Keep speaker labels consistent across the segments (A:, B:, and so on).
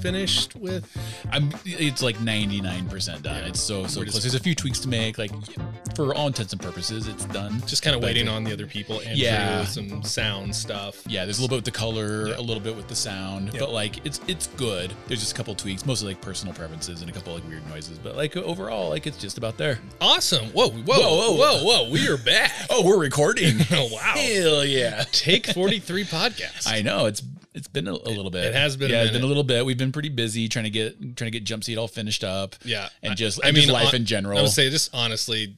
A: finished with?
B: I'm, it's like 99% done. It's so, so
A: We're just-
B: close. There's a few tweaks to make. Like, for all intents and purposes, it's done.
A: Just kind of
B: But,
A: waiting
B: uh,
A: on the other people and
B: Yeah.
A: some sound stuff.
B: Yeah, there's a little bit with the color,
A: Yeah.
B: a little bit with the sound,
A: Yeah.
B: but like it's it's good. There's just a couple tweaks, mostly like personal preferences and a couple like weird noises, but like overall, like it's just about there.
A: Awesome. Whoa, whoa, whoa, whoa, whoa. We are back.
B: Oh, we're recording.
A: oh, wow.
B: Hell yeah!
A: Take 43 podcast.
B: I know it's it's been a, a little bit.
A: it has been a
B: Yeah, it's been
A: minute.
B: a little bit. We've been pretty busy trying to get trying to get Jump Seat all finished up.
A: yeah.
B: and just I, mean life
A: hon-
B: in general.
A: I would say just honestly,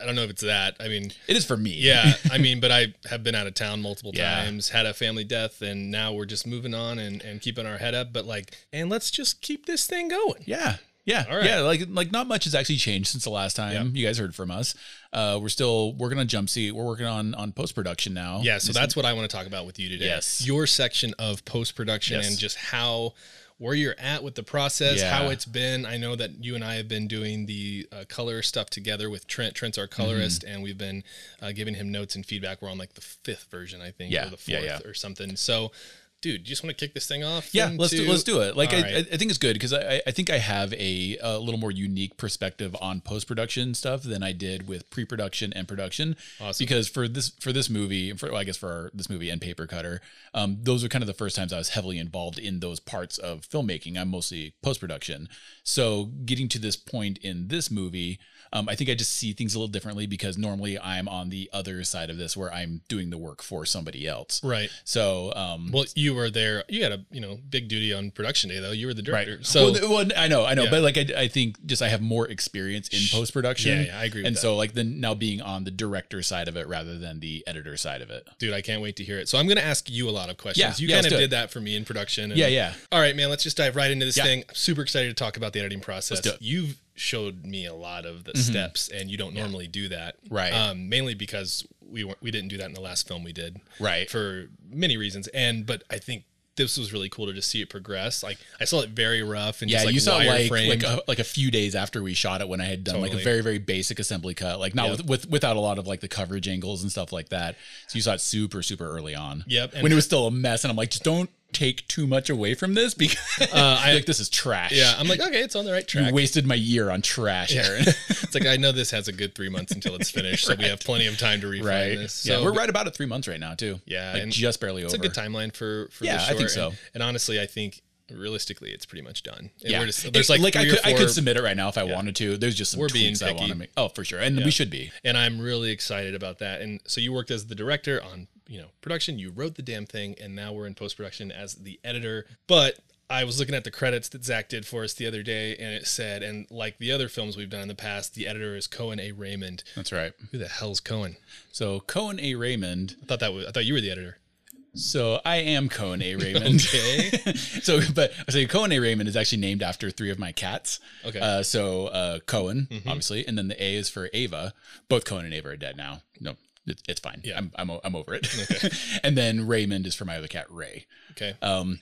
A: I don't know if it's that. I mean,
B: it is for me.
A: yeah, I mean, but I have been out of town multiple
B: Yeah.
A: times, had a family death, and now we're just moving on and, and keeping our head up. But like, and let's just keep this thing going.
B: Yeah. Yeah.
A: All right.
B: Yeah. Like like not much has actually changed since the last time you guys heard from us. Uh we're still working on jump seat. We're working on on post production now.
A: Yeah, so that's what I want to talk about with you today.
B: Yes.
A: Your section of post production
B: Yes.
A: and just how where you're at with the process,
B: Yeah.
A: how it's been. I know that you and I have been doing the uh, color stuff together with Trent. Trent's our
B: Mm-hmm.
A: colorist, and we've been uh, giving him notes and feedback. We're on like the fifth version, I think,
B: Yeah,
A: or the fourth
B: yeah, yeah.
A: or something. So, dude, you just want to kick this thing off?
B: yeah, let's do,
A: into-
B: let's do it. Like I,
A: All
B: I
A: right.
B: I think it's good because I, I- I think I have a, a little more unique perspective on post production stuff than I did with pre production and production.
A: Awesome.
B: Because for this for this movie, for well, I guess for our, this movie and Paper Cutter, um, those are kind of the first times I was heavily involved in those parts of filmmaking. I'm mostly post production, so getting to this point in this movie. Um, I think I just see things a little differently because normally I'm on the other side of this where I'm doing the work for somebody else.
A: Right.
B: So, um,
A: Well, you were there. You had a you know big duty on production day though. You were the director,
B: Right.
A: so
B: So well, th- well, I know, I know,
A: Yeah.
B: but like I, I think just I have more experience in post production.
A: Yeah, yeah, I agree with
B: and
A: that.
B: so like then now being on the director side of it rather than the editor side of it.
A: dude, I can't wait to hear it. So I'm going to ask you a lot of questions.
B: Yeah,
A: you
B: yeah,
A: kind
B: let's
A: of
B: do it.
A: did that for me in production. and-
B: Yeah, yeah.
A: All right, man, let's just dive right into this
B: Yeah.
A: thing. I'm super excited to talk about the editing process.
B: do it. Mm-hmm.
A: You've showed me a lot of the steps, and you don't normally do that,
B: Right.
A: Um, mainly because we weren't, we didn't do that in the last film we did,
B: Right.
A: For many reasons, and but I think this was really cool to just see it progress. Like I saw it very rough, and
B: Yeah,
A: just, like,
B: you saw like
A: wireframed.
B: like a, like a few days after we shot it when I had done like
A: Totally.
B: a very very basic assembly cut, like not
A: Yeah.
B: with, with without a lot of like the coverage angles and stuff like that. So you saw it super super early on.
A: Yep, and-
B: when it was still a mess, and I'm like, just don't take too much away from this because
A: Uh, I-
B: like this is trash.
A: yeah, I'm like okay, it's on the right track.
B: you wasted my year on trash, Aaron.
A: it's like I know this has a good three months until it's finished, so we have plenty of time to refine
B: right.
A: this.
B: yeah,
A: So
B: we're right about at three months right now too.
A: Yeah,
B: like
A: and
B: just barely
A: It's
B: over.
A: a good timeline for for
B: Yeah,
A: this
B: I
A: short.
B: think so.
A: And, and honestly, I think realistically, it's pretty much done. And
B: Yeah,
A: we're just, there's
B: It-
A: like,
B: I
A: three
B: could
A: or four,
B: I could submit it right now if I wanted to. There's just some
A: We're being
B: tweaks I want
A: picky.
B: to make. Oh, for sure, and we should be.
A: and I'm really excited about that. And so you worked as the director on you know production. You wrote the damn thing, and now we're in post production as the editor. But I was looking at the credits that Zach did for us the other day, and it said, and like the other films we've done in the past, the editor is Cohen A. Raymond.
B: That's right.
A: Who the hell's Cohen?
B: So Cohen A. Raymond.
A: I thought that was, I thought you were the editor.
B: So I am Cohen A. Raymond.
A: Okay.
B: so, but I say Cohen A. Raymond is actually named after three of my cats.
A: Okay.
B: Uh, so uh, Cohen,
A: Mm-hmm.
B: obviously, and then the A is for Ava. Both Cohen and Ava are dead now. No, it, it's fine.
A: Yeah.
B: I'm I'm, o- I'm over it. and then Raymond is for my other cat Ray.
A: Okay.
B: Um,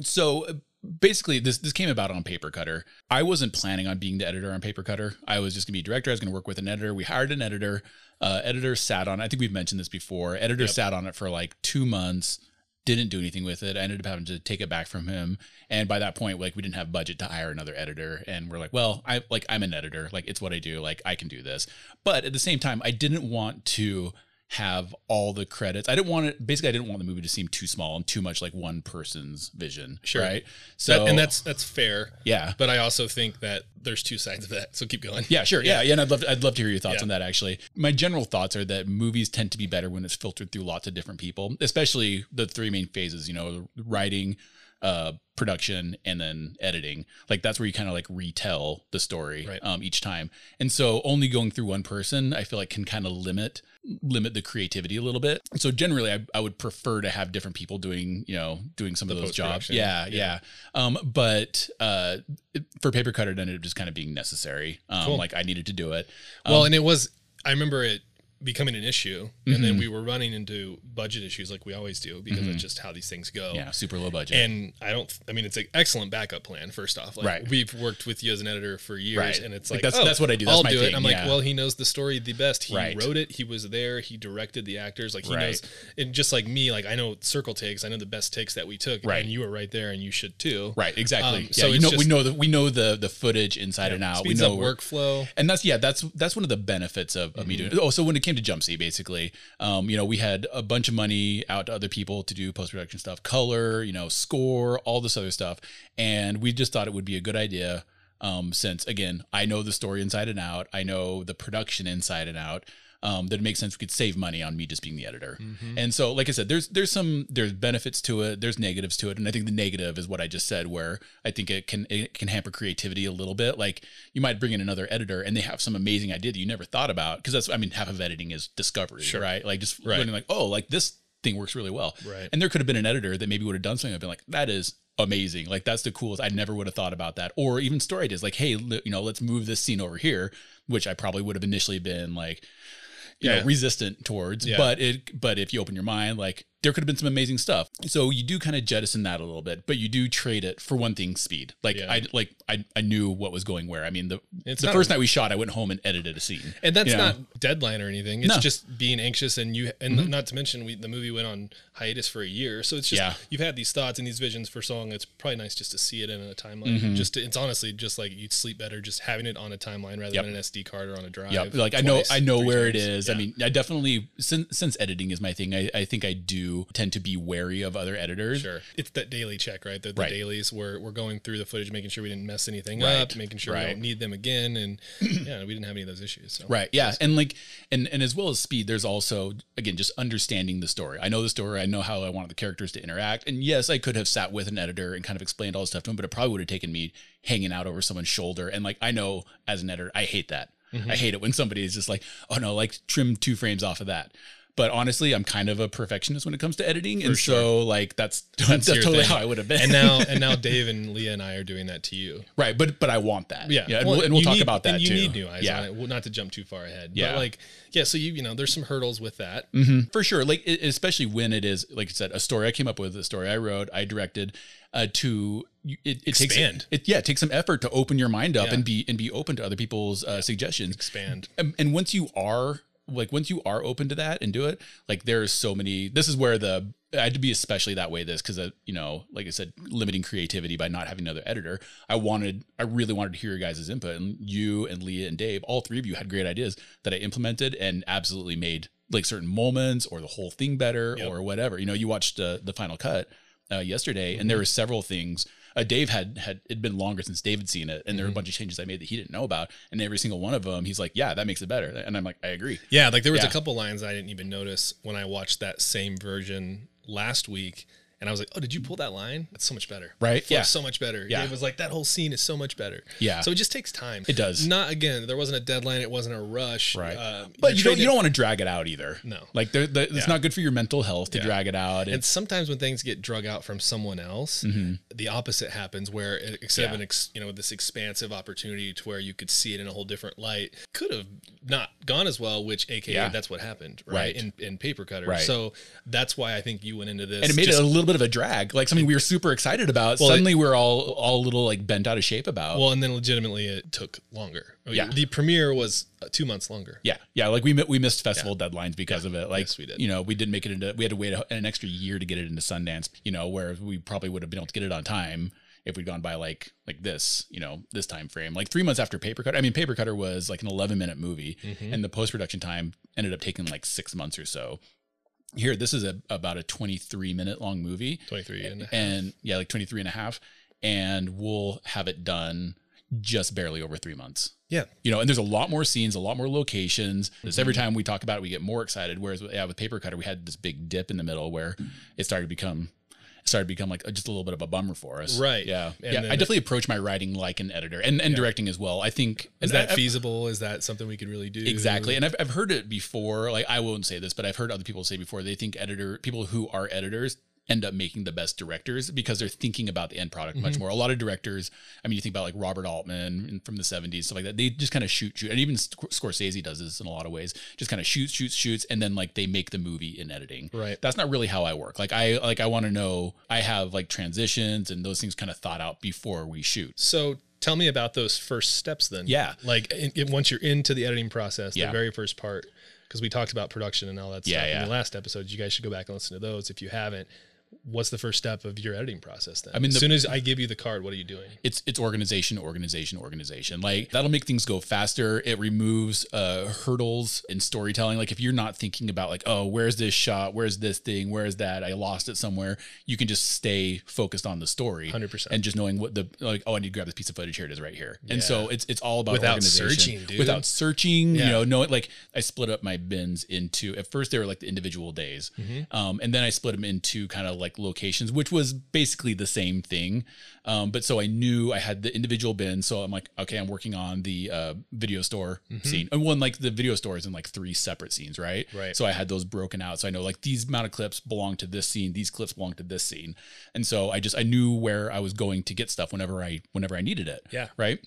B: so uh, basically, this this came about on Paper Cutter. I wasn't planning on being the editor on Paper Cutter. I was just gonna be director. I was gonna work with an editor. We hired an editor. Uh, editor sat on. I think we've mentioned this before. Editor sat on it for like two months. Didn't do anything with it. I ended up having to take it back from him. And by that point, like we didn't have budget to hire another editor. And we're like, well, I like I'm an editor. Like it's what I do. Like I can do this. But at the same time, I didn't want to have all the credits. I didn't want it. Basically, I didn't want the movie to seem too small and too much like one person's vision.
A: Sure.
B: Right. So
A: and that's that's fair.
B: yeah,
A: But I also think that there's two sides of that. So keep going.
B: yeah, sure, yeah, yeah. And I'd love to, I'd love to hear your thoughts
A: Yeah.
B: on that. Actually, my general thoughts are that movies tend to be better when it's filtered through lots of different people, especially the three main phases. You know, writing. Uh, production and then editing like that's where you kind of like retell the story
A: Right.
B: um each time and so only going through one person i feel like can kind of limit limit the creativity a little bit. So generally, I, I would prefer to have different people doing, you know, doing some of those jobs.
A: post-production.
B: Yeah, yeah. Um, but uh, it- for paper cutter, it ended up just kind of being necessary. Um,
A: Cool.
B: Like I needed to do it. Um,
A: Well, and it was. I remember it becoming an issue, and
B: Mm-hmm.
A: then we were running into budget issues like we always do because that's just how these things go.
B: Yeah, super low budget.
A: And I don't. I mean, it's an excellent backup plan. First off, like
B: Right.
A: we've worked with you as an editor for years,
B: Right.
A: and it's
B: Like,
A: like,
B: that's-
A: oh,
B: that's what I do. That's
A: I'll
B: my
A: do
B: thing,
A: it. I'm like,
B: yeah.
A: well, he knows the story the best. He
B: Right.
A: wrote it. He was there. He directed the actors. Like he
B: Right.
A: knows. And just like me, like I know circle takes. I know the best takes that we took.
B: Right.
A: And you were right there, and you should too.
B: right, exactly.
A: Um,
B: yeah,
A: so
B: you
A: it's
B: know, we
A: just-
B: know the we know the the footage inside and out. We
A: Speeds
B: know
A: up
B: where-
A: workflow.
B: and that's yeah that's that's one of the benefits of, of me doing it. oh so when it came to jump seat basically um you know we had a bunch of money out to other people to do post-production stuff color you know score all this other stuff and we just thought it would be a good idea um since again i know the story inside and out i know the production inside and out um, that it makes sense we could save money on me just being the editor
A: Mm-hmm.
B: and so like i said there's there's some there's benefits to it there's negatives to it and i think the negative is what i just said where i think it can it can hamper creativity a little bit like you might bring in another editor and they have some amazing idea that you never thought about because that's i mean half of editing is discovery
A: Sure.
B: right like just
A: Right.
B: learning like oh like this thing works really well
A: Right.
B: and there could have been an editor that maybe would have done something i've been like that is amazing like that's the coolest i never would have thought about that or even story ideas like hey li- you know let's move this scene over here which i probably would have initially been like you
A: Yeah.
B: know resistant towards
A: Yeah.
B: but it but if you open your mind like there could have been some amazing stuff so you do kind of jettison that a little bit but you do trade it for one thing speed like
A: Yeah.
B: i like I, I knew what was going where i mean the
A: It's
B: the
A: not
B: first night we shot i went home and edited a scene
A: And that's
B: you know?
A: not deadline or anything. It's
B: No. Mm-hmm.
A: just being anxious and you and not to mention we the movie went on hiatus for a year. So it's just
B: Yeah.
A: you've had these thoughts and these visions for so long. It's probably nice just to see it in a timeline.
B: Mm-hmm.
A: Just to, it's honestly just like you'd sleep better just having it on a timeline rather
B: Yep.
A: than an SD card or on a drive.
B: Yeah, like I know
A: twice,
B: I know
A: three
B: where it
A: times.
B: is. I
A: Yeah.
B: mean, I definitely since since editing is my thing, I, I think I do tend to be wary of other editors.
A: Sure. It's that daily check, right? The, the
B: Right.
A: dailies where we're going through the footage, making sure we didn't mess anything
B: Right.
A: up, making sure we
B: Right.
A: don't need them again. And yeah, we didn't have any of those issues. So.
B: Right. Yeah. And like and and as well as speed, there's also again just understanding the story. I know the story, I know how I want the characters to interact. And yes, I could have sat with an editor and kind of explained all this stuff to him, but it probably would have taken me hanging out over someone's shoulder. And like I know as an editor, I hate that.
A: Mm-hmm.
B: I hate it when somebody is just like, oh no, like trim two frames off of that. But honestly, I'm kind of a perfectionist when it comes to editing. and so like that's that's,
A: your
B: totally
A: thing.
B: how I would have been.
A: And now, and now Dave and Leah and I are doing that to you.
B: Right, but but I want that.
A: Yeah,
B: yeah, and we'll, and we'll
A: you
B: talk
A: need-
B: about that
A: and you
B: too.
A: need new eyes
B: yeah,
A: on it. Well, not to jump too far ahead.
B: Yeah.
A: but like yeah. So you you know, there's some hurdles with that.
B: Mhm. for sure. Like e- especially when it is like I said, a story I came up with, a story I wrote, I directed. Uh, to you- it, it takes
A: Expand.
B: it, yeah, it takes some effort to open your mind up
A: Yeah.
B: and be and be open to other people's uh, suggestions.
A: Expand.
B: and, and once you are like once you are open to that and do it like there is so many this is where the i had to be especially that way this because uh, you know like i said limiting creativity by not having another editor i wanted i really wanted to hear your guys' input and you and leah and dave all three of you had great ideas that i implemented and absolutely made like certain moments or the whole thing better
A: Yep.
B: or whatever you know you watched uh, the final cut uh, yesterday and there were several things uh, Dave had had it'd been longer since Dave had seen it, and there
A: Mm-hmm.
B: were a bunch of changes I made that he didn't know about, and every single one of them, he's like, "Yeah, that makes it better," and I'm like, "I agree."
A: Yeah, like there was
B: Yeah.
A: a couple lines I didn't even notice when I watched that same version last week, and I was like, "Oh, did you pull that line? That's so much better,
B: Right?
A: Flows
B: Yeah.
A: so much better."
B: Yeah.
A: Dave was like, "That whole scene is so much better."
B: Yeah.
A: so it just takes time.
B: It does.
A: Not again. There wasn't a deadline. It wasn't a rush. Uh,
B: but
A: you're
B: you don't
A: trading-
B: you don't want to drag it out either.
A: No.
B: like there the, it's not good for your mental health to drag it out.
A: And
B: It's
A: sometimes when things get drug out from someone else, the opposite happens where it, instead of
B: Mm-hmm. Yeah.
A: an ex, you know this expansive opportunity to where you could see it in a whole different light, could have not gone as well. Which, aka,
B: Yeah.
A: that's what happened,
B: Right.
A: right? In in paper cutter.
B: Right.
A: So that's why I think you went into this.
B: and it made
A: just-
B: it a little bit of a drag, like something we were super excited about.
A: Well, it-
B: Suddenly, we're all all a little like bent out of shape about.
A: well, and then legitimately it took longer.
B: Yeah.
A: The premiere was uh, two months longer.
B: yeah, yeah, like we mi- we missed festival deadlines because of it. Like
A: Yes, we did.
B: you know, we didn't make it into. We had to wait a- an extra year to get it into Sundance. You know, where we probably would have been able to get it on time if we'd gone by like like this. You know, this time frame, like three months after Paper Cutter. I mean, Paper Cutter was like an eleven minute movie,
A: Mm-hmm.
B: and the post production time ended up taking like six months or so. Here, this is a about a twenty three minute long movie,
A: 23 and a half.
B: and yeah, like 23 and a half, and we'll have it done just barely over three months
A: yeah.
B: you know, and there's a lot more scenes, a lot more locations. This every time we talk about it, we get more excited. Whereas, yeah, with Paper Cutter, we had this big dip in the middle where it started to become, it started to become like just a little bit of a bummer for us.
A: Right.
B: Yeah.
A: And
B: yeah. I
A: then-
B: definitely approach my writing like an editor and, and directing as well. I think
A: Is
B: and I-
A: that feasible? Is that something we could really do?
B: Exactly. And I've, I've heard it before. Like, I won't say this, but I've heard other people say before they think editor people who are editors end up making the best directors because they're thinking about the end product much more. A lot of directors, I mean, you think about like Robert Altman and from the 70s, stuff like that, they just kind of shoot, shoot. And even Sc- Scorsese does this in a lot of ways, just kind of shoots, shoots, shoots. And then like they make the movie in editing.
A: Right.
B: That's not really how I work. Like I, like I want to know, I have like transitions and those things kind of thought out before we shoot.
A: So tell me about those first steps then.
B: Yeah.
A: Like in, in- once you're into the editing process,
B: Yeah.
A: the very first part, because we talked about production and all that
B: Yeah,
A: stuff
B: yeah.
A: in the last episode. You guys should go back and listen to those if you haven't. What's the first step of your editing process then? I
B: mean,
A: as
B: the-
A: soon as I give you the card, what are you doing?
B: it's it's organization organization organization like that'll make things go faster it removes uh hurdles in storytelling like if you're not thinking about like oh where's this shot where's this thing where's that i lost it somewhere you can just stay focused on the story
A: 100%.
B: and just knowing what the like oh i need to grab this piece of footage here it is right here and so it's it's all about
A: Without
B: organization.
A: searching, dude.
B: without searching you
A: Yeah.
B: know no like i split up my bins into at first they were like the individual days
A: Mm-hmm.
B: um, and then i split them into kind of like locations which was basically the same thing um, but so i knew i had the individual bin so i'm like okay i'm working on the uh, video store
A: Mm-hmm.
B: scene and one like the video store is in like three separate scenes right
A: Right.
B: so i had those broken out so i know like these amount of clips belong to this scene these clips belong to this scene and so i just i knew where i was going to get stuff whenever i whenever i needed it
A: Yeah.
B: right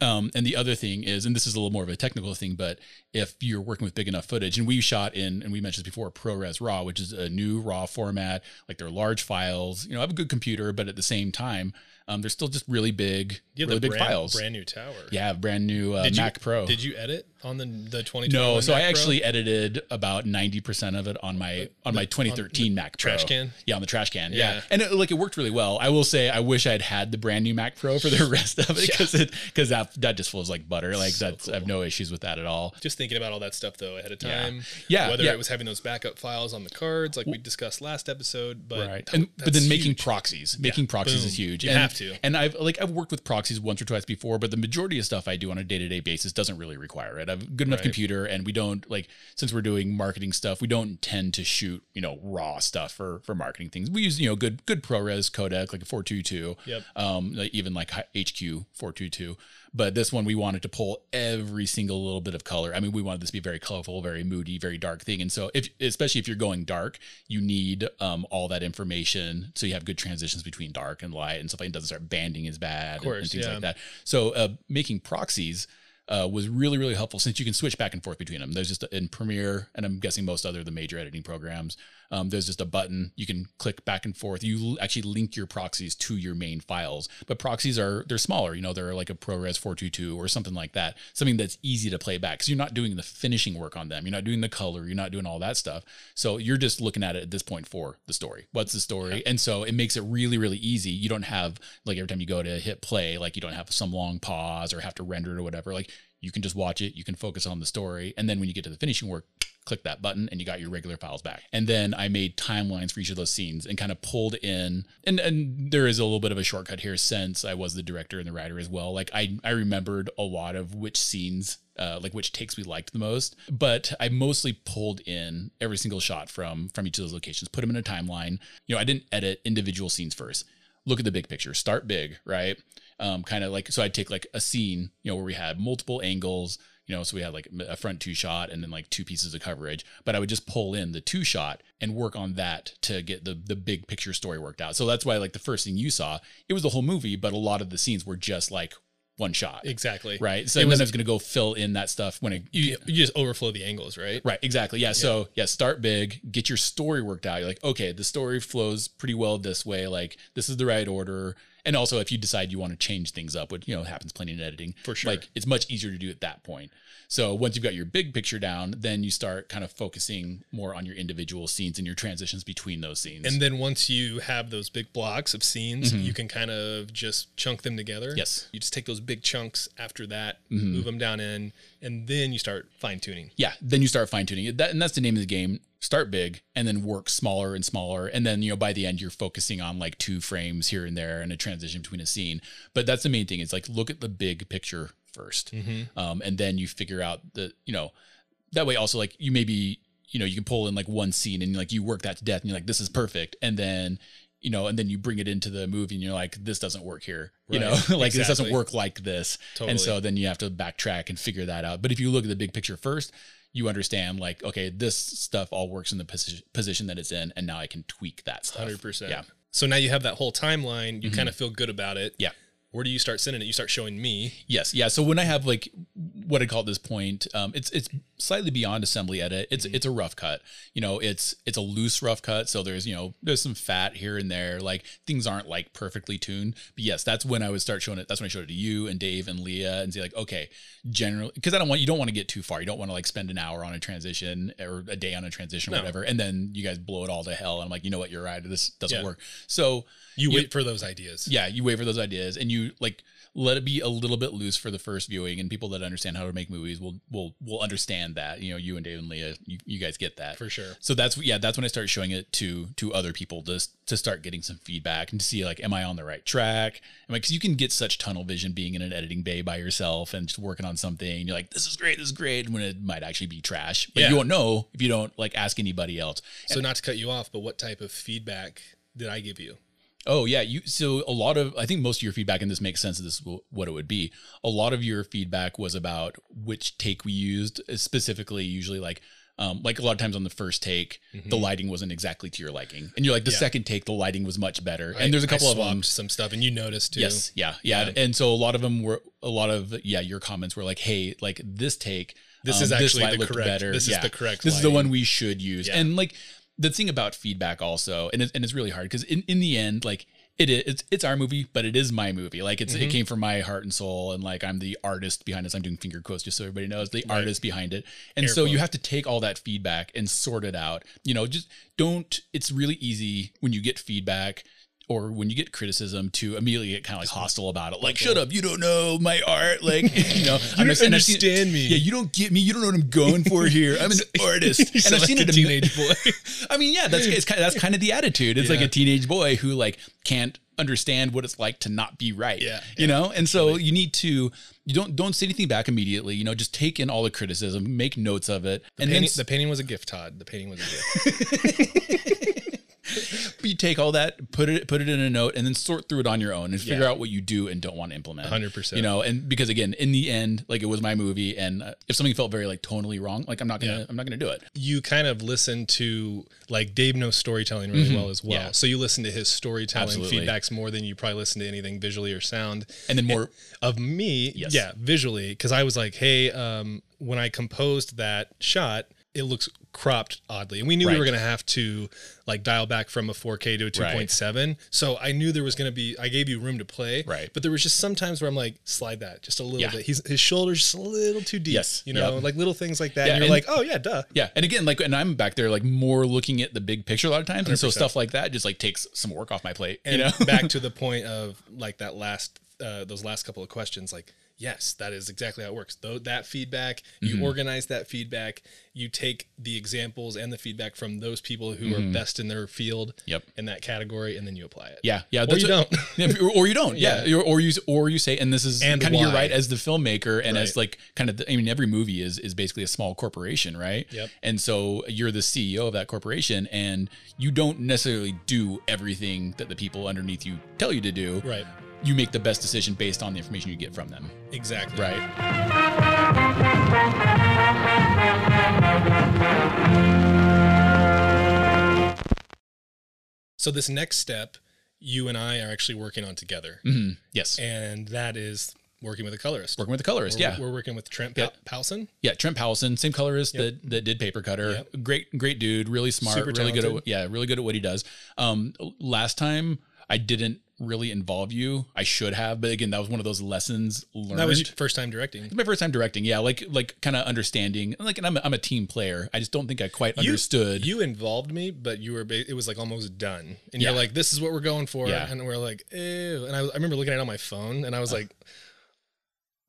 B: um, and the other thing is, and this is a little more of a technical thing, but if you're working with big enough footage, and we shot in, and we mentioned this before, ProRes RAW, which is a new RAW format, like they're large files. You know, I have a good computer, but at the same time, um, they're still just really big,
A: You have
B: really
A: the
B: big
A: brand,
B: files.
A: brand new tower.
B: Yeah, brand new uh,
A: Did you-
B: Mac Pro.
A: Did you edit on the the 2020?
B: no, so I actually edited about ninety percent of it on my on my 2013 Mac Pro.
A: trash can?
B: Yeah, on the trash can. Yeah,
A: Yeah.
B: and it, like it worked really well. I will say, I wish I'd had the brand new Mac Pro for the rest of it because it because that that just feels like butter. Like that's I have no issues with that at all.
A: just thinking about all that stuff though ahead of time.
B: Yeah,
A: Whether
B: yeah.
A: it was having those backup files on the cards, like we discussed last episode, but
B: right
A: th-
B: and, but
A: that's
B: then making
A: huge.
B: proxies making proxies is
A: Boom.
B: huge
A: You
B: and,
A: have to.
B: and i've like i've worked with proxies once or twice before but the majority of stuff i do on a day-to-day basis doesn't really require it i've a good enough
A: Right.
B: computer and we don't like since we're doing marketing stuff we don't tend to shoot you know raw stuff for for marketing things we use you know good good prores codec like a 422
A: Yep.
B: um like, even like hi- hq 422 but this one we wanted to pull every single little bit of color i mean we wanted this to be very colorful very moody very dark thing and so if especially if you're going dark you need um all that information so you have good transitions between dark and light and stuff like it doesn't start banding as bad and-
A: course,
B: and things
A: yeah.
B: like that so uh making proxies uh, was really really helpful since you can switch back and forth between them. There's just in Premiere and I'm guessing most other of the major editing programs. Um, there's just a button you can click back and forth. You l- actually link your proxies to your main files, but proxies are they're smaller. You know they're like a ProRes 422 or something like that. Something that's easy to play back because you're not doing the finishing work on them. You're not doing the color. You're not doing all that stuff. So you're just looking at it at this point for the story. What's the story? And so it makes it really really easy. You don't have like every time you go to hit play, like you don't have some long pause or have to render it or whatever. Like you can just watch it, you can focus on the story, and then when you get to the finishing work, click that button and you got your regular files back. And then I made timelines for each of those scenes and kind of pulled in and and there is a little bit of a shortcut here since I was the director and the writer as well. Like I I remembered a lot of which scenes uh, like which takes we liked the most, but I mostly pulled in every single shot from from each of those locations, put them in a timeline. You know, I didn't edit individual scenes first look at the big picture start big right um kind of like so i'd take like a scene you know where we had multiple angles you know so we had like a front two shot and then like two pieces of coverage but i would just pull in the two shot and work on that to get the the big picture story worked out so that's why like the first thing you saw it was the whole movie but a lot of the scenes were just like one shot
A: Exactly.
B: right so
A: It
B: and
A: was-
B: then i was going to go fill in that stuff when it
A: You, you just overflow the angles, right?
B: Right, exactly. Yeah. So yeah, start big, get your story worked out. You're like, okay, the story flows pretty well this way. Like this is the right order. And also if you decide you want to change things up, which you know happens plenty in editing.
A: For sure.
B: Like it's much easier to do at that point. So once you've got your big picture down, then you start kind of focusing more on your individual scenes and your transitions between those scenes.
A: And then once you have those big blocks of scenes, you can kind of just chunk them together.
B: Mm-hmm. Yes. Mm-hmm.
A: You just take those big chunks after that, move them down in, and then you start fine tuning.
B: yeah, then you start fine tuning it. That, and that's the name of the game. Start big and then work smaller and smaller. And then, you know, by the end, you're focusing on like two frames here and there and a transition between a scene. But that's the main thing is like look at the big picture 1st Um, and then you figure out the, you know, that way also like you maybe, you know, you can pull in like one scene and like you work that to death and you're like, this is perfect. And then, you know, and then you bring it into the movie and you're like, this doesn't work here. You know,
A: Right.
B: like this doesn't
A: Exactly.
B: work like this.
A: Totally.
B: And so then you have to backtrack and figure that out. But if you look at the big picture first, you understand like okay this stuff all works in the position position that it's in and now i can tweak that stuff
A: Hundred percent.
B: Yeah. Mm-hmm.
A: So now you have that whole timeline. You kind of feel good about it.
B: Yeah.
A: Where do you start sending it? You start showing me.
B: Yes, yeah. So when I have like what I call at this point, um, it's it's slightly beyond assembly edit.
A: Mm-hmm.
B: It's it's a rough cut. You know, it's it's a loose rough cut. So there's you know there's some fat here and there. Like things aren't like perfectly tuned. But yes, that's when I would start showing it. That's when I showed it to you and Dave and Leah and say like, okay, generally, because I don't want you don't want to get too far. You don't want to like spend an hour on a transition or a day on a transition or
A: No.
B: whatever, and then you guys blow it all to hell. And I'm like, you know what, you're right. This doesn't
A: Yeah.
B: work. So
A: You
B: Yeah.
A: wait for those ideas.
B: yeah, you wait for those ideas and you like let it be a little bit loose for the first viewing and people that understand how to make movies will will will understand that. You know, you and Dave and Leah, you, you guys get that.
A: For sure.
B: So that's yeah, that's when I start showing it to to other people to to start getting some feedback and to see like, am I on the right track? Am I because you can get such tunnel vision being in an editing bay by yourself and just working on something. You're like, this is great, this is great, when it might actually be trash, but
A: Yeah.
B: you won't know if you don't like ask anybody else.
A: So not to cut you off, but what type of feedback did I give you?
B: Oh yeah, you so a lot of I think most of your feedback and this makes sense of this w- what it would be. A lot of your feedback was about which take we used uh, specifically usually like um, like a lot of times on the first take, the lighting wasn't exactly to your liking, and you're like the
A: Mm-hmm. Yeah.
B: second take, the lighting was much better.
A: I-
B: and there's a
A: I
B: couple of them
A: swapped some stuff, and you noticed too.
B: Yes, yeah, yeah,
A: Yeah.
B: And so a lot of them were a lot of yeah. Your comments were like, "Hey, like this take, um,
A: This is actually
B: light
A: the
B: looked
A: correct- this is the correct
B: This is the
A: lighting."
B: one we should use."
A: Yeah.
B: And like the thing about feedback also, and it's, and it's really hard because in in the end, like. It is, it's, it's our movie, but it is my movie. Like it's
A: Mm-hmm.
B: it came from my heart and soul, and like I'm the artist behind this. I'm doing finger quotes just so everybody knows the artist behind it. And
A: Air
B: so you
A: quotes.
B: have to take all that feedback and sort it out. You know, just don't. It's really easy when you get feedback or when you get criticism to immediately get kind of like hostile about it, like shut up, you don't know my art, like you know, I've
A: You don't
B: seen- I've seen-
A: understand me.
B: Yeah, you don't get me. You don't know what I'm going for here. I'm an artist,
A: You
B: and
A: sound
B: I've
A: like
B: seen
A: a
B: it. a mi-
A: teenage boy.
B: I mean, yeah, that's it's kind of, that's kind of the attitude. It's like
A: Yeah.
B: a teenage boy who like can't understand what it's like to not be right.
A: Yeah,
B: you know, and so you need to you don't don't say anything back immediately. You know, just take in all the criticism, make notes of it, and then
A: Painting- the painting was a gift, Todd. The painting was a gift.
B: you take all that, put it put it in a note, and then sort through it on your own and figure
A: Yeah.
B: out what you do and don't want to implement.
A: 100%.
B: You know, and because again, in the end, like it was my movie, and uh, if something felt very like tonally wrong, like I'm not gonna I'm not gonna do it.
A: you kind of listen to like Dave knows storytelling really well as well.
B: Yeah.
A: So you listen to his storytelling
B: Absolutely.
A: feedbacks more than you probably listen to anything visually or sound.
B: And then more,
A: of me yeah visually because i was like hey um when i composed that shot it looks cropped oddly and we knew we were
B: Right.
A: going to have to like dial back from a 4k to a
B: Right.
A: 2.7 so i knew there was going to be i gave you room to play
B: Right.
A: but there was just sometimes where i'm like slide that just a little
B: Yeah.
A: bit He's, his shoulders just a little too deep
B: Yes.
A: you know
B: Yep.
A: like little things like that
B: Yeah,
A: and you're
B: and-
A: like oh yeah duh
B: yeah. And again, like, and I'm back there like more looking at the big picture a lot of times, and so stuff like that just like takes some work off my plate.
A: and
B: you know,
A: back to the point of like that last uh, those last couple of questions like yes that is exactly how it works though that feedback
B: Mm-hmm.
A: you organize that feedback you take the examples and the feedback from those people who are best in their field
B: Mm-hmm. Yep.
A: in that category and then you apply it
B: Yeah, yeah.
A: or you
B: what-
A: don't
B: Yeah, or, or you don't. Yeah. Or, or you or you say, and this is
A: And
B: kind of your
A: why.
B: right as the filmmaker, and as
A: Right.
B: like kind of. The, I mean, every movie is is basically a small corporation, right?
A: Yep.
B: And so you're the CEO of that corporation, and you don't necessarily do everything that the people underneath you tell you to do.
A: right
B: You make the best decision based on the information you get from them.
A: exactly
B: Right.
A: so this next step you and i are actually working on together
B: hmm Yes.
A: and that is working with a colorist
B: Working with the colorist.
A: We're-
B: yeah.
A: we're working with trent
B: Yeah.
A: Pa- Powson.
B: Yeah, Trent Powelson, same colorist that that did Paper Cutter.
A: Yep.
B: Great, great dude. Really smart.
A: Super
B: really good. At,
A: talented.
B: what- yeah, really good at what he does. Um, last time I didn't really involve you. I should have, but again, that was one of those lessons learned.
A: that was your first time directing
B: my first time directing. Yeah, like like kind of understanding. Like, and I'm a, I'm a team player. I just don't think I quite
A: You-
B: understood.
A: You involved me, but you were ba- it was like almost done, and
B: Yeah.
A: you're like, "This is what we're going for,"
B: Yeah. Uh.
A: and we're like, "Ew!" And I, I remember looking at it on my phone, and I was like,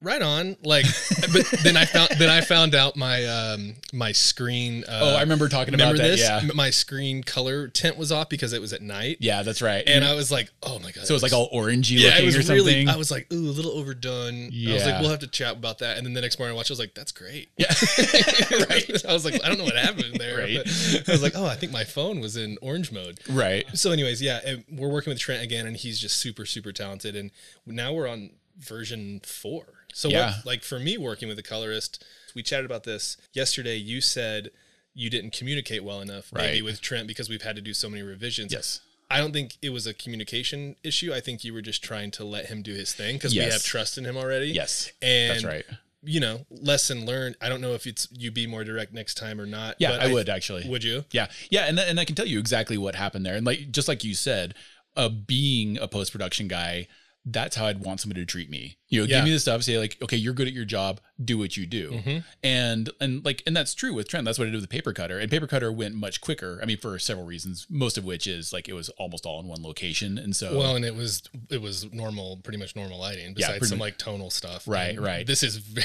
A: "Right on!" Like, but then I found then I found out my um my screen. Uh,
B: oh, I remember talking
A: remember
B: about
A: this?
B: that. Yeah,
A: M- My screen color tint was off because it was at night,
B: yeah, that's right.
A: and I was like, "Oh my god!"
B: so it was like all orangey
A: Yeah, it
B: looking
A: was
B: or something.
A: really. I was like, "Ooh, a little overdone." I was
B: Yeah.
A: like, "We'll have to chat about that." And then the next morning, I watched. I was like, "That's great."
B: yeah,
A: right. I was like, I don't know what happened there.
B: Right.
A: but I was like, oh, I think my phone was in orange mode.
B: right.
A: So, anyways, yeah, and we're working with Trent again, and he's just super, super talented. And now we're on version four. So
B: Yeah.
A: what, like for me working with a colorist, we chatted about this yesterday. You said you didn't communicate well enough maybe
B: Right.
A: with Trent because we've had to do so many revisions.
B: Yes.
A: I don't think it was a communication issue. I think you were just trying to let him do his thing because we
B: Yes.
A: have trust in him already.
B: Yes.
A: And
B: That's right.
A: you know, lesson learned. I don't know if it's you be more direct next time or not.
B: Yeah,
A: but
B: I would actually.
A: Would you?
B: Yeah, yeah, and and I can tell you exactly what happened there. And like just like you said, uh, being a post production guy, that's how I'd want somebody to treat me. You know,
A: Yeah.
B: give me the stuff, say like, okay, you're good at your job, do what you do,
A: Mhm.
B: and and like and that's true with Trent. That's what I did with the paper cutter, and paper cutter went much quicker. I mean, for several reasons, most of which is like it was almost all in one location, and so
A: Well, and it was it was normal, pretty much normal lighting, besides
B: pretty
A: some
B: much.
A: like tonal stuff.
B: Right,
A: And
B: right.
A: This is ve-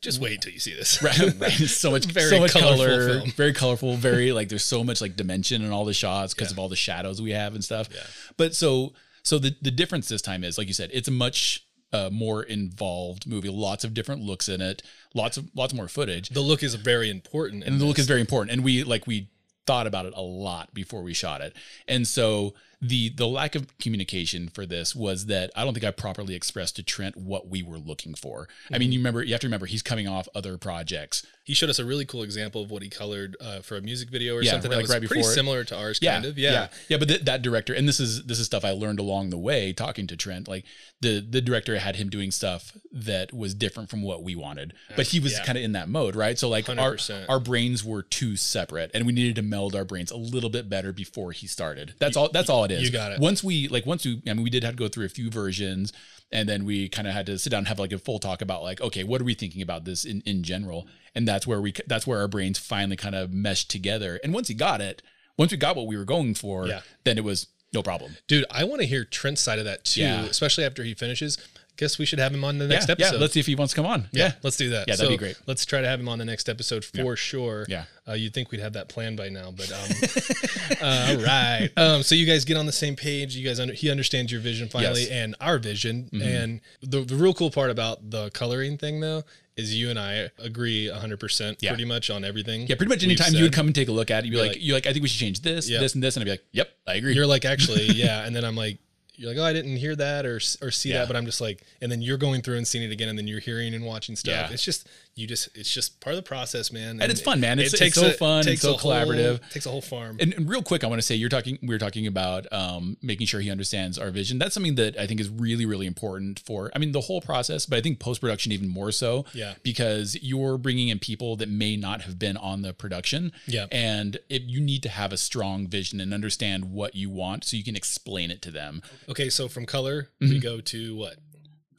A: just wait until you see this.
B: Right, right. so much,
A: Very
B: so much
A: colorful
B: color,
A: film.
B: very colorful, very like there's so much like dimension in all the shots because of all the shadows we have and stuff.
A: Yeah.
B: But so, so the the difference this time is like you said, it's a much uh, more involved movie. Lots of different looks in it. Lots of lots more footage,
A: The look is very important. in
B: and the look is very important. And we like we thought about it a lot before we shot it. And so the the lack of communication for this was that I don't think I properly expressed to Trent what we were looking for. I
A: Mm-hmm.
B: mean, you remember you have to remember he's coming off other projects.
A: he showed us a really cool example of what he colored uh, for a music video or
B: Yeah,
A: something
B: like
A: that was
B: right
A: pretty
B: before it.
A: similar to ours, kind of. Yeah.
B: yeah, yeah. But th- that director, and this is this is stuff I learned along the way talking to Trent. Like the the director had him doing stuff that was different from what we wanted, but he was
A: Yeah.
B: kind of in that mode, right? So like our
A: 100%.
B: our brains were too separate, and we needed to meld our brains a little bit better before he started. That's all. That's all it is.
A: you got it.
B: Once we like once we, I mean, we did have to go through a few versions, and then we kind of had to sit down and have like a full talk about like, okay, what are we thinking about this in in general? And that's where we that's where our brains finally kind of meshed together. And once he got it once we got what we were going for,
A: Yeah.
B: then it was no problem.
A: Dude, I want to hear Trent's side of that too,
B: Yeah.
A: especially after he finishes. Guess we should have him on the next
B: yeah,
A: episode.
B: yeah. Let's see if he wants to come on. Yeah.
A: let's do that.
B: Yeah, that'd be great.
A: Let's try to have him on the next episode for sure.
B: Yeah.
A: Uh, you'd think we'd have that planned by now, but um, uh, all right. Um, so you guys get on the same page. You guys, under, he understands your vision finally
B: Yes. Mm-hmm.
A: and our vision. And the, the real cool part about the coloring thing though is you and I agree 100%
B: Yeah.
A: pretty much on everything.
B: Yeah, pretty much anytime
A: we've
B: you would
A: said.
B: come and take a look at it, you'd be like,
A: like-
B: you're like, I think we should change this,
A: Yeah.
B: this, and this. And I'd be like, yep, I agree.
A: You're like, actually, yeah. And then I'm like, you're like, oh, I didn't hear that or s- or see
B: Yeah.
A: that, but I'm just like, and then you're going through and seeing it again, and then you're hearing and watching stuff.
B: Yeah.
A: It's just you just it's just part of the process, man. And,
B: it's fun, man. It's- it's so fun and so
A: a whole-
B: collaborative.
A: takes a whole farm.
B: and, and real quick, I want to say you're talking. We were talking about um, making sure he understands our vision. That's something that I think is really, really important for. I mean, the whole process, but I think post production even more so.
A: Yeah.
B: Because you're bringing in people that may not have been on the production.
A: Yeah.
B: And it, you need to have a strong vision and understand what you want so you can explain it to them.
A: okay, so from color
B: Mm-hmm.
A: we go to what?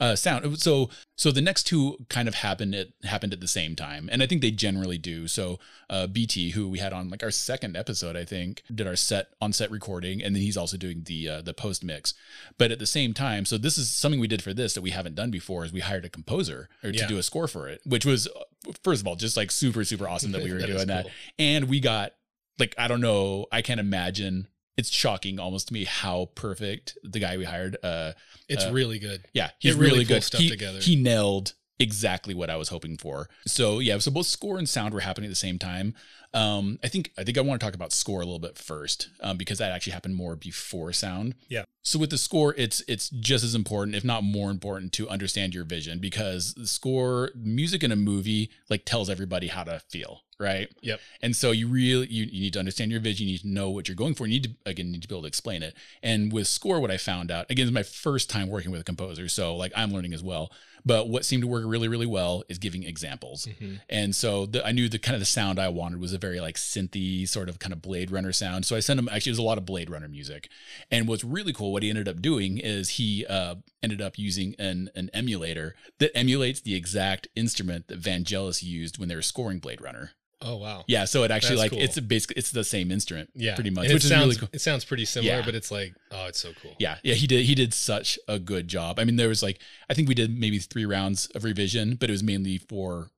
B: uh, sound. So so the next two kind of happened at happened at the same time, and I think they generally do. So uh, BT, who we had on like our second episode, I think, did our set on set recording, and then he's also doing the uh, the post mix. But at the same time, so this is something we did for this that we haven't done before is we hired a composer or
A: Yeah.
B: to do a score for it, which was uh, first of all just like super super awesome that we were
A: That is
B: doing that,
A: cool.
B: and we got like I don't know, I can't imagine. It's shocking almost to me how perfect the guy we hired uh
A: It's
B: Uh,
A: really good.
B: yeah, he's
A: It really
B: really,
A: pulls
B: good.
A: stuff
B: he,
A: together.
B: he nailed exactly what I was hoping for. So yeah, so both score and sound were happening at the same time. Um, I think I think I want to talk about score a little bit first um, because that actually happened more before sound.
A: Yeah.
B: So with the score, it's it's just as important, if not more important, to understand your vision because the score, music in a movie, like tells everybody how to feel, right?
A: Yep.
B: And so you really you, you need to understand your vision. You need to know what you're going for. You need to again you need to be able to explain it. And with score, what I found out again, it's my first time working with a composer, so like I'm learning as well. But what seemed to work really really well is giving examples.
A: Mm-hmm.
B: And so the, I knew the kind of the sound I wanted was a very like synthy sort of kind of Blade Runner sound. So I sent him actually it was a lot of Blade Runner music. And what's really cool, what he ended up doing is he uh, ended up using an an emulator that emulates the exact instrument that Vangelis used when they were scoring Blade Runner.
A: Oh wow.
B: Yeah, so it actually
A: That's
B: like
A: cool.
B: it's basically it's the same instrument,
A: Yeah,
B: pretty much,
A: And
B: which
A: it
B: is
A: sounds
B: really cool.
A: it sounds pretty similar,
B: Yeah.
A: but it's like oh, it's so cool.
B: Yeah, yeah, he did he did such a good job. I mean, there was like I think we did maybe three rounds of revision, but it was mainly for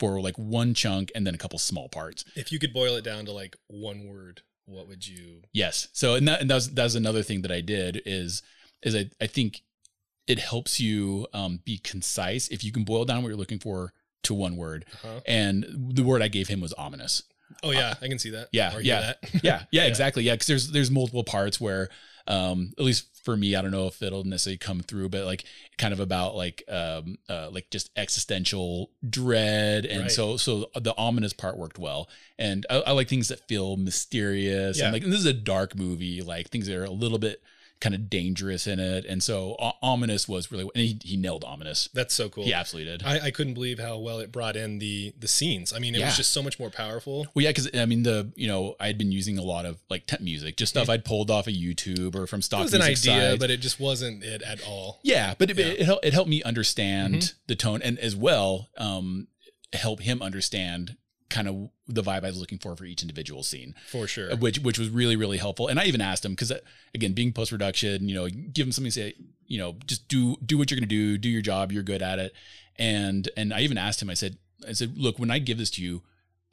B: for like one chunk and then a couple small parts.
A: If you could boil it down to like one word, what would you?
B: Yes. So and that and that was, that was another thing that I did is is I, I think it helps you um, be concise if you can boil down what you're looking for to one word.
A: Uh-huh.
B: And the word I gave him was ominous.
A: Oh yeah, I can see that.
B: yeah,
A: Or hear
B: yeah,
A: that.
B: Yeah, yeah,
A: Yeah.
B: exactly. Yeah, because there's there's multiple parts where um at least for me i don't know if it'll necessarily come through but like kind of about like um uh, like just existential dread and
A: Right.
B: so so the ominous part worked well and i, I like things that feel mysterious
A: Yeah.
B: and like and this is a dark movie like things that are a little bit kind of dangerous in it and so o- ominous was really and he, he nailed ominous
A: That's so cool.
B: he absolutely did
A: I, I couldn't believe how well it brought in the the scenes. I mean, it was
B: Yeah.
A: just so much more powerful.
B: Well, yeah, because I mean, the you know, I'd been using a lot of like temp music, just stuff I'd pulled off of YouTube or from stock
A: It was an idea,
B: music sites.
A: but it just wasn't it at all.
B: yeah, but it,
A: Yeah. Mm-hmm.
B: It, it, helped, it helped me understand the tone, and as well, um, help him understand kind of the vibe I was looking for for each individual scene,
A: For sure.
B: which which was really really helpful. And I even asked him because again, being post production, you know, give him something to say, you know, just do do what you're gonna do, do your job, you're good at it. And and I even asked him, I said, I said, look, when I give this to you,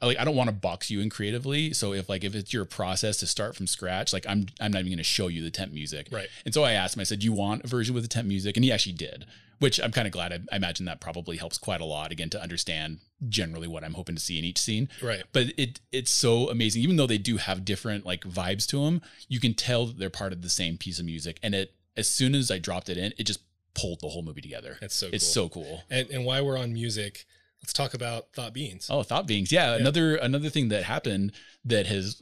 B: I like I don't want to box you in creatively. So if like if it's your process to start from scratch, like I'm I'm not even gonna show you the temp music.
A: Right.
B: And so I asked him, I said, Do you want a version with the temp music? And he actually did, which I'm kind of glad. I, I imagine that probably helps quite a lot again to understand generally what I'm hoping to see in each scene
A: Right.
B: but it it's so amazing even though they do have different like vibes to them you can tell that they're part of the same piece of music and it as soon as i dropped it in it just pulled the whole movie together
A: That's so
B: it's
A: cool.
B: so cool
A: and, and why we're on music, let's talk about thought beans.
B: oh thought beings yeah,
A: Yeah.
B: another another thing that happened that has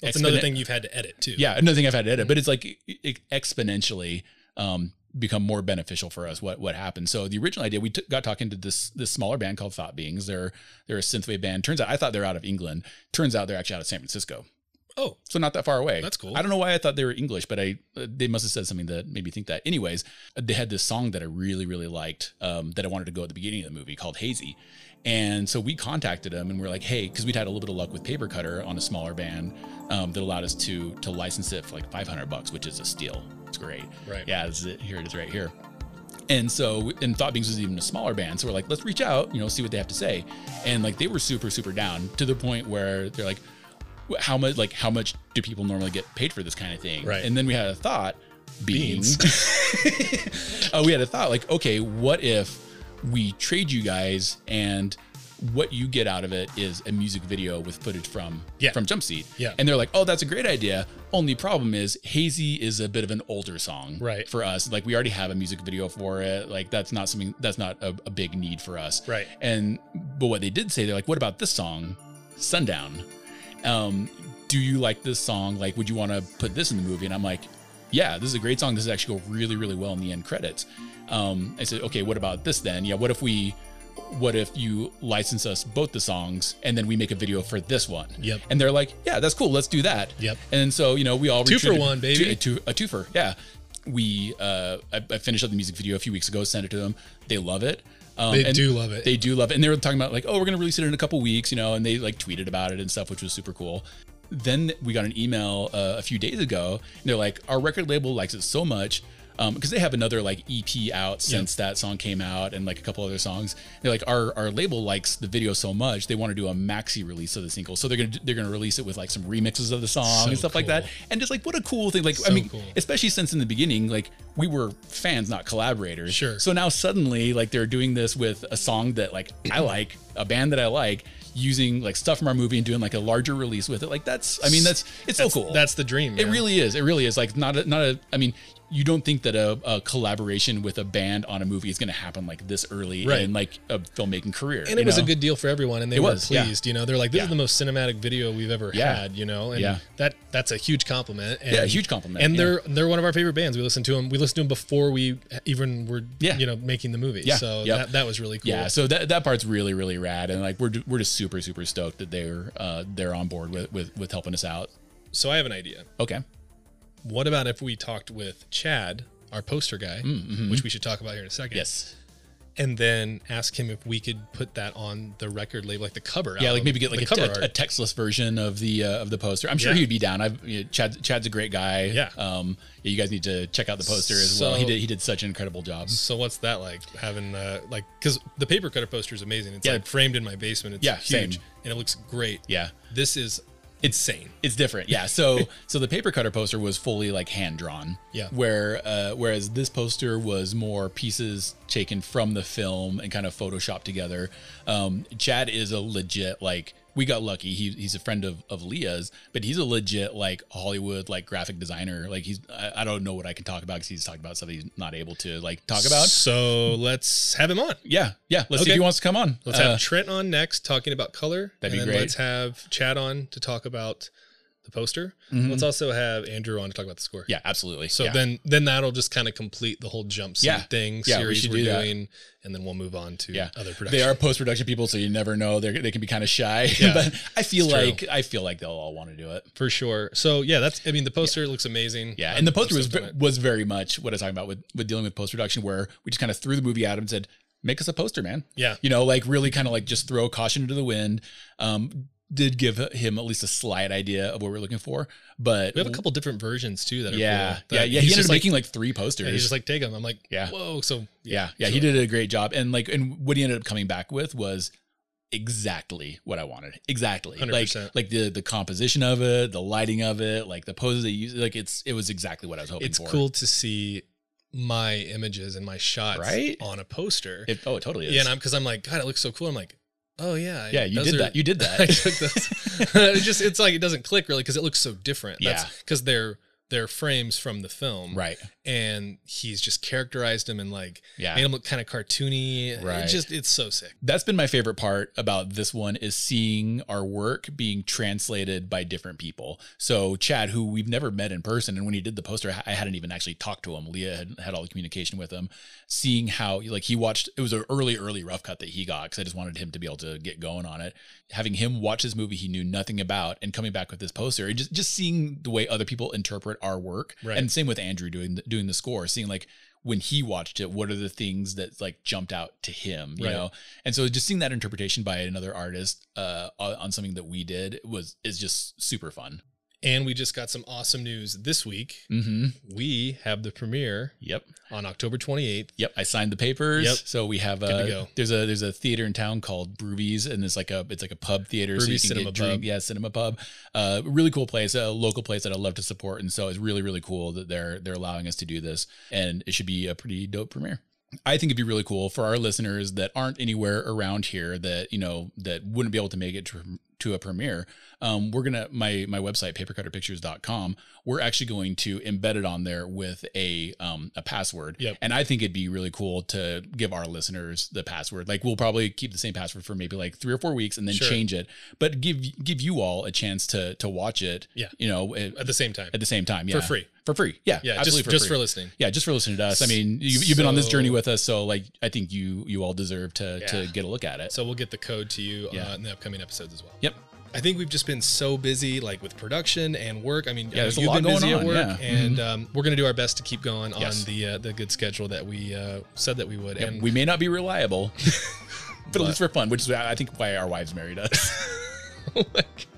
A: That's another
B: exponen-
A: thing you've had to edit too.
B: yeah another thing i've had to edit but it's like e- e- exponentially um become more beneficial for us what what happened so the original idea we t- got talking to this this smaller band called thought beings they're they're a synthwave band turns out i thought they're out of england turns out they're actually out of san francisco
A: Oh,
B: so not that far away.
A: That's cool.
B: I don't know why I thought they were English, but I uh, they must have said something that made me think that. Anyways, uh, they had this song that I really really liked um, that I wanted to go at the beginning of the movie called Hazy, and so we contacted them and we are like, hey, because we'd had a little bit of luck with Paper Cutter on a smaller band um, that allowed us to to license it for like 500 bucks, which is a steal. It's great.
A: Right.
B: Yeah. This is it. Here it is right here. And so, and Thought Beings was even a smaller band. So we're like, let's reach out, you know, see what they have to say. And like, they were super, super down to the point where they're like, "Wh- how much, like, how much do people normally get paid for this kind of thing?
A: Right.
B: And then we had a thought, beans. uh, we had a thought like, okay, what if we trade you guys and what you get out of it is a music video with footage from
A: Yeah.
B: from Jump Seat.
A: Yeah.
B: And they're like, oh, that's a great idea. Only problem is Hazy is a bit of an older song
A: Right.
B: for us. Like we already have a music video for it. Like that's not something that's not a, a big need for us.
A: Right.
B: And but what they did say, they're like, what about this song, Sundown? Um, do you like this song? Like, would you want to put this in the movie? And I'm like, yeah, this is a great song. This is actually go really, really well in the end credits. Um, I said, okay, what about this then? Yeah, what if we, what if you license us both the songs and then we make a video for this one?
A: Yep.
B: And they're like, yeah, that's cool. Let's do that.
A: Yep.
B: And so you know, we all
A: Two for
B: retreated-
A: one, baby.
B: Two, two, a twofer. Yeah. We uh, I, I finished up the music video a few weeks ago. Sent it to them. They love it. Um,
A: They
B: and
A: do love it.
B: They do love it. And they were talking about like, oh, we're gonna release it in a couple weeks, you know. And they like tweeted about it and stuff, which was super cool. Then we got an email uh, a few days ago, and they're like, our record label likes it so much. Because they have another like EP out since that song came out, and like a couple other songs. They're like, our our label likes the video so much, they want to do a maxi release of the single. So they're gonna they're gonna release it with like some remixes of the song
A: So
B: and stuff like that
A: cool.
B: and just like what a cool thing like i
A: So
B: mean
A: cool.
B: especially since in the beginning like we were fans not collaborators
A: Sure.
B: so now suddenly like they're doing this with a song that like i like a band that i like using like stuff from our movie and doing like a larger release with it like that's i mean that's it's so cool
A: That's the dream.
B: it
A: man.
B: really is it really is like not a not a i mean you don't think that a, a collaboration with a band on a movie is going to happen like this early
A: Right.
B: in like a filmmaking career
A: and it
B: you
A: was a
B: know?
A: good deal for everyone, and they were
B: was, yeah.
A: pleased. You know, they're like, "This is
B: Yeah.
A: the most cinematic video we've ever
B: Yeah.
A: had." You know, and
B: Yeah.
A: that that's a huge compliment. And,
B: a huge compliment,
A: And
B: yeah.
A: they're they're one of our favorite bands. We listened to them. We listened to them before we even were,
B: Yeah.
A: you know, making the movie.
B: Yeah.
A: So
B: Yep.
A: that, that was really cool.
B: Yeah, so that, that part's really really rad, and like we're ju- we're just super super stoked that they're uh, they're on board with, with with helping us out.
A: So I have an idea.
B: Okay,
A: What about if we talked with Chad, our poster guy, which we should talk about here in a second?
B: Mm, mm-hmm. yes,
A: and then ask him if we could put that on the record label, like the cover.
B: yeah, like
A: album,
B: maybe get like
A: Um, the
B: a,
A: cover
B: a, a
A: art.
B: textless version of the uh, of the poster. I'm sure
A: Yeah.
B: he'd be down. I've you know, Chad Chad's a great guy.
A: Yeah.
B: um, yeah, you guys need to check out the poster as well. He
A: So-
B: did he did such an incredible job.
A: so what's that like having uh, like because the paper cutter poster is amazing. It's
B: Yeah.
A: like framed in my basement. It's
B: Yeah,
A: huge
B: same.
A: and it looks great.
B: Yeah,
A: this is insane.
B: It's different, yeah. So so the paper cutter poster was fully like hand drawn,
A: Yeah.
B: Where uh, whereas this poster was more pieces taken from the film and kind of photoshopped together. Um, Chad is a legit like we got lucky. He, he's a friend of, of Leah's, but he's a legit like Hollywood like graphic designer. Like he's I, I don't know what I can talk about because he's talking about stuff he's not able to like talk about.
A: So let's have him on.
B: Yeah, yeah. Let's see
A: Okay.
B: if he wants to come on.
A: Let's
B: Uh,
A: have Trent on next talking about color.
B: That'd be
A: and then
B: great.
A: Let's have Chad on to talk about the poster.
B: mhm.
A: Let's also have Andrew on to talk about the score.
B: yeah, absolutely.
A: So
B: yeah.
A: then then that'll just kind of complete the whole jump scene
B: Yeah.
A: thing
B: Yeah, we
A: series
B: should
A: we are
B: do that.
A: doing. And then we'll move on to
B: Yeah.
A: other
B: they
A: productions.
B: are post production people, so you never know. They they can be kind of shy,
A: Yeah,
B: but I feel
A: it's true.
B: like I feel like they'll all want to do it.
A: for sure. So yeah, that's I mean the poster looks amazing.
B: Yeah,
A: I'm-
B: and the
A: I'm
B: poster was
A: stoked
B: ve-
A: on it.
B: was very much what I was talking about with with dealing with post production, where we just kind of threw the movie at him and said, "Make us a poster, man."
A: Yeah.
B: you know, like really kind of like just throw caution to the wind. Um, did give him at least a slight idea of what we're looking for, but
A: We have a couple different versions too that are
B: Mm-hmm. Yeah,
A: cool.
B: yeah,
A: That-
B: yeah.
A: He's
B: He ended
A: just
B: up
A: like,
B: making like three posters.
A: yeah, he's just like take them. I'm like,
B: Yeah.
A: whoa. So
B: yeah, yeah. He
A: sure.
B: did a great job, and like, and what he ended up coming back with was exactly what I wanted. Exactly, like,
A: 100%.
B: like the the composition of it, the lighting of it, like the poses they use. Like, it's it was exactly what I was hoping
A: It's
B: for.
A: cool to see my images and my shots
B: Right?
A: on a poster.
B: It, oh, it totally is.
A: Yeah, and I'm because I'm like, God, it looks so cool. I'm like, oh yeah, I-
B: Yeah, you
A: those
B: did
A: are-
B: that. You did that.
A: I took those. it's just it's like it doesn't click really because it looks so different.
B: Yeah.
A: because they're they're frames from the film,
B: right.
A: And he's just characterized them and like
B: Yeah.
A: made them look kind of cartoony.
B: Right.
A: It just it's so sick.
B: That's been my favorite part about this one is seeing our work being translated by different people. So Chad, who we've never met in person, and when he did the poster, I hadn't even actually talked to him. Leah had had all the communication with him. Seeing how like he watched, it was an early, early rough cut that he got because I just wanted him to be able to get going on it. Having him watch this movie he knew nothing about and coming back with this poster, and just just seeing the way other people interpret our work,
A: Right.
B: and same with Andrew doing the, doing the score, seeing like when he watched it, what are the things that like jumped out to him, you
A: Right.
B: know? And so just seeing that interpretation by another artist uh, on on something that we did was is just super fun.
A: And we just got some awesome news this week.
B: Mm-hmm.
A: We have the premiere
B: Yep.
A: on October 28th.
B: Yep. I signed the papers.
A: Yep.
B: So we have
A: to
B: a
A: go.
B: there's a there's a theater in town called Broovies, and it's like a it's like a pub theater. so you
A: Broovies
B: can
A: Cinema
B: get drink.
A: Pub.
B: Yeah, cinema pub. Uh, really cool place, a local place that I love to support, and so it's really really cool that they're they're allowing us to do this, and it should be a pretty dope premiere. I think it'd be really cool for our listeners that aren't anywhere around here that you know that wouldn't be able to make it to, to a premiere. Um, we're gonna my my website papercutterpictures.com. We're actually going to embed it on there with a um, a password.
A: Yep.
B: And I think it'd be really cool to give our listeners the password. Like we'll probably keep the same password for maybe like three or four weeks and then
A: Sure.
B: change it, but give give you all a chance to to watch it.
A: Yeah.
B: You know, at,
A: At the same time,
B: at the same time.
A: for
B: Yeah.
A: free.
B: For free. Yeah.
A: Yeah,
B: absolutely
A: just just
B: free
A: for listening.
B: yeah, just for listening to us. I mean, you, you've been on this
A: So-
B: journey with us, so like, I think you you all deserve to to
A: Yeah.
B: get a look at it.
A: So we'll get the code to you
B: Yeah.
A: uh, in the upcoming episodes as well.
B: Yep.
A: I think we've just been so busy, like with production and work. I mean,
B: Yeah, there's a
A: you've
B: lot
A: been
B: going
A: busy
B: on,
A: at work,
B: yeah. Mm-hmm.
A: and um, we're going to do our best to keep going on
B: Yes.
A: the uh, the good schedule that we uh, said that we would.
B: Yep,
A: And
B: we may not be reliable, but, at least for fun, which is I think why our wives married us.
A: oh my God.